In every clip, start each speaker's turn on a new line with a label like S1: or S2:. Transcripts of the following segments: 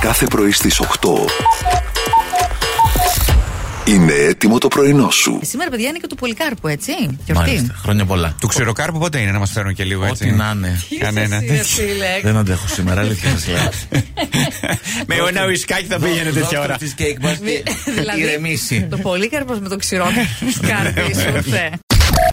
S1: κάθε πρωί στις 8. Είναι έτοιμο το πρωινό σου.
S2: Ε, Σήμερα, παιδιά, είναι και του Πολυκάρπου, έτσι. Γιορτή.
S3: Μάλιστα. Χρόνια πολλά.
S4: Του ξηροκάρπου πότε είναι να μας φέρουν και λίγο έτσι.
S3: Ό,τι να είναι.
S4: Κανένα.
S2: Είσαι εσύ, ρε φίλε.
S3: Ναι, Δεν αντέχω σήμερα, αλήθεια σα λέω.
S4: Με ένα ουισκάκι θα πήγαινε τέτοια ώρα.
S3: Της κέικ μας και
S2: Δηλαδή,
S3: ηρεμήσει.
S2: Το Πολύκαρπος με το ξηρό
S3: Ναι,
S2: καρπί σου, θε.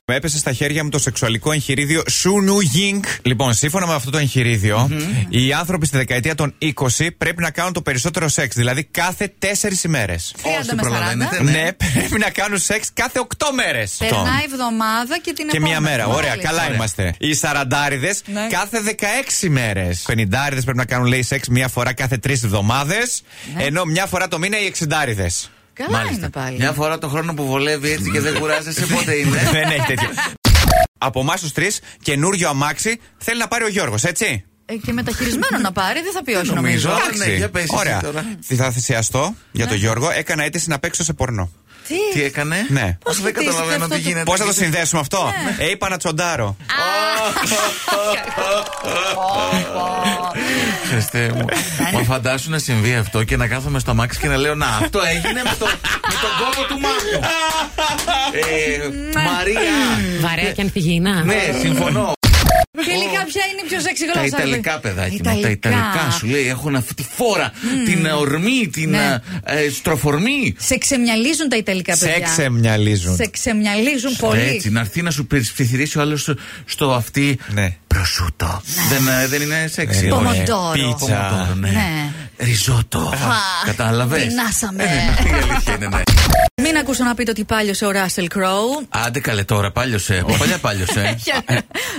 S4: Με έπεσε στα χέρια μου το σεξουαλικό εγχειρίδιο Σουνου Γιγκ. Λοιπόν, σύμφωνα με αυτό το εγχειριδιο οι άνθρωποι στη δεκαετία των 20 πρέπει να κάνουν το περισσότερο σεξ. Δηλαδή κάθε 4 ημέρε.
S2: 30 με 40.
S3: ναι.
S4: Ναι, πρέπει να κάνουν σεξ κάθε 8 μέρες.
S2: Περνάει εβδομάδα και την
S4: Και
S2: επόμενη.
S4: μία μέρα. Ωραία,
S2: Μάλιστα.
S4: καλά είμαστε. Οι σαραντάριδες
S2: Ναι.
S4: κάθε 16 μέρες. Πενιντάριδες πρέπει να κάνουν λέει σεξ μία φορά κάθε 3 εβδομάδες.
S2: Ναι.
S4: Ενώ μία φορά το μήνα οι εξιντάριδε.
S2: Καλά είναι πάλι.
S3: Μια φορά το χρόνο που βολεύει έτσι και δεν κουράζεσαι, πότε είναι.
S4: Δεν έχει τέτοιο. Από εμάς τους τρεις, καινούριο αμάξι θέλει να πάρει ο Γιώργος, έτσι.
S2: Ε, Και μεταχειρισμένο να πάρει, δεν θα πει όχι
S3: νομίζω.
S2: νομίζω.
S3: Εντάξει, ναι, για πες εσύ
S4: Ωραία.
S3: τώρα.
S4: Τι θα θυσιαστώ για
S2: Ναι.
S4: τον Γιώργο. Έκανα αίτηση να παίξω σε πορνό.
S3: Τι έκανε.
S4: Ναι.
S3: Πώς δεν
S2: χτίζεται
S3: καταλαβαίνω
S2: αυτό
S3: τι
S2: το-
S3: γίνεται.
S4: Πώς θα το συνδέσουμε αυτό,
S2: Ναι.
S4: Ε, είπα να τσοντάρω.
S3: Χριστέ μου. Μα φαντάσου να συμβεί αυτό και να κάθομαι στο αμάξι και να λέω Να, αυτό έγινε με, το, με τον κόπο του Μάρκο. ε, Μαρία.
S5: Βαρέα και ανθυγίνα.
S3: ναι, συμφωνώ.
S2: Τελικά ποια είναι η πιο σεξι γλώσσα.
S3: Τα
S2: λέει.
S3: Ιταλικά, παιδάκι μου. Τα Ιταλικά σου λέει έχουν αυτή τη φόρα, την ε, ορμή, την
S2: Ναι.
S3: ε, ε, στροφορμή.
S2: Σε ξεμυαλίζουν τα Ιταλικά
S4: Σε
S2: παιδιά.
S4: ξεμυαλίζουν.
S2: Σε ξεμυαλίζουν
S3: Έτσι, ναι.
S2: πολύ.
S3: να έρθει να σου ψιθυρίσει ο άλλος στο αυτή.
S4: Ναι.
S3: Προσούτο. Δεν, ε, δεν είναι σεξι.
S4: Ε,
S3: όχι.
S4: Πομοντόρο.
S2: Ναι. Πομοντόρο.
S4: Πίτσα.
S3: Πομοντόρο, ναι.
S2: Ναι.
S3: Ριζότο. Κατάλαβε.
S2: πεινάσαμε.
S3: Η αλήθεια είναι, ναι.
S2: Μην ακούσω να πείτε ότι πάλιωσε ο Ράσελ Κρόου.
S3: Άντε καλέ τώρα, πάλιωσε. Από παλιά πάλιωσε.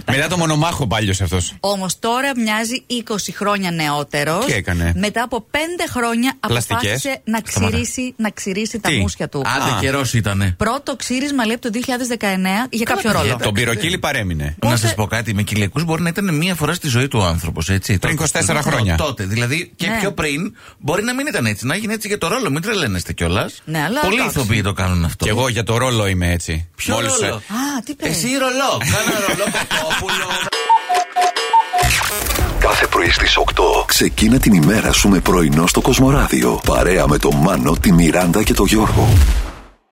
S4: Μετά το μονομάχο πάλι αυτός.
S2: Όμως τώρα μοιάζει 20 χρόνια νεότερος.
S4: Τι έκανε?
S2: Μετά από 5 χρόνια
S4: Πλαστικές.
S2: αποφάσισε να
S4: Σταμάτα.
S2: ξυρίσει, να ξυρίσει τα
S4: Τι?
S2: μουσια του.
S3: Άντε καιρός ήτανε.
S2: Πρώτο ξύρισμα λέει από το 2019 για κάποιο
S3: παιδιά,
S2: ρόλο.
S3: το-
S4: Τον πυροκύλι παρέμεινε.
S3: Να
S2: Οπότε-
S3: σας πω κάτι, με κοιλιακού μπορεί να ήταν μία φορά στη ζωή του ο άνθρωπος.
S4: Πριν 24 χρόνια.
S3: Τότε. Δηλαδή και
S2: Ναι.
S3: πιο πριν μπορεί να μην ήταν έτσι. Να γίνει έτσι για το ρόλο. Μην τρελαίνεστε κιόλας.
S2: Ναι, αλλά
S3: Πολλοί
S2: εντάξει.
S3: ηθοποιοί το κάνουν αυτό.
S4: Κι εγώ για το ρόλο είμαι έτσι.
S3: Ποιο
S4: Μόλις,
S3: ρόλο.
S4: ε,
S2: Α, τι πες.
S3: Εσύ ρολό. Κάνα ρολό Παπόπουλο.
S1: Κάθε πρωί στις 8. Ξεκίνα την ημέρα σου με πρωινό στο Κοσμοράδιο. Παρέα με τον Μάνο, τη Μιράντα και τον Γιώργο.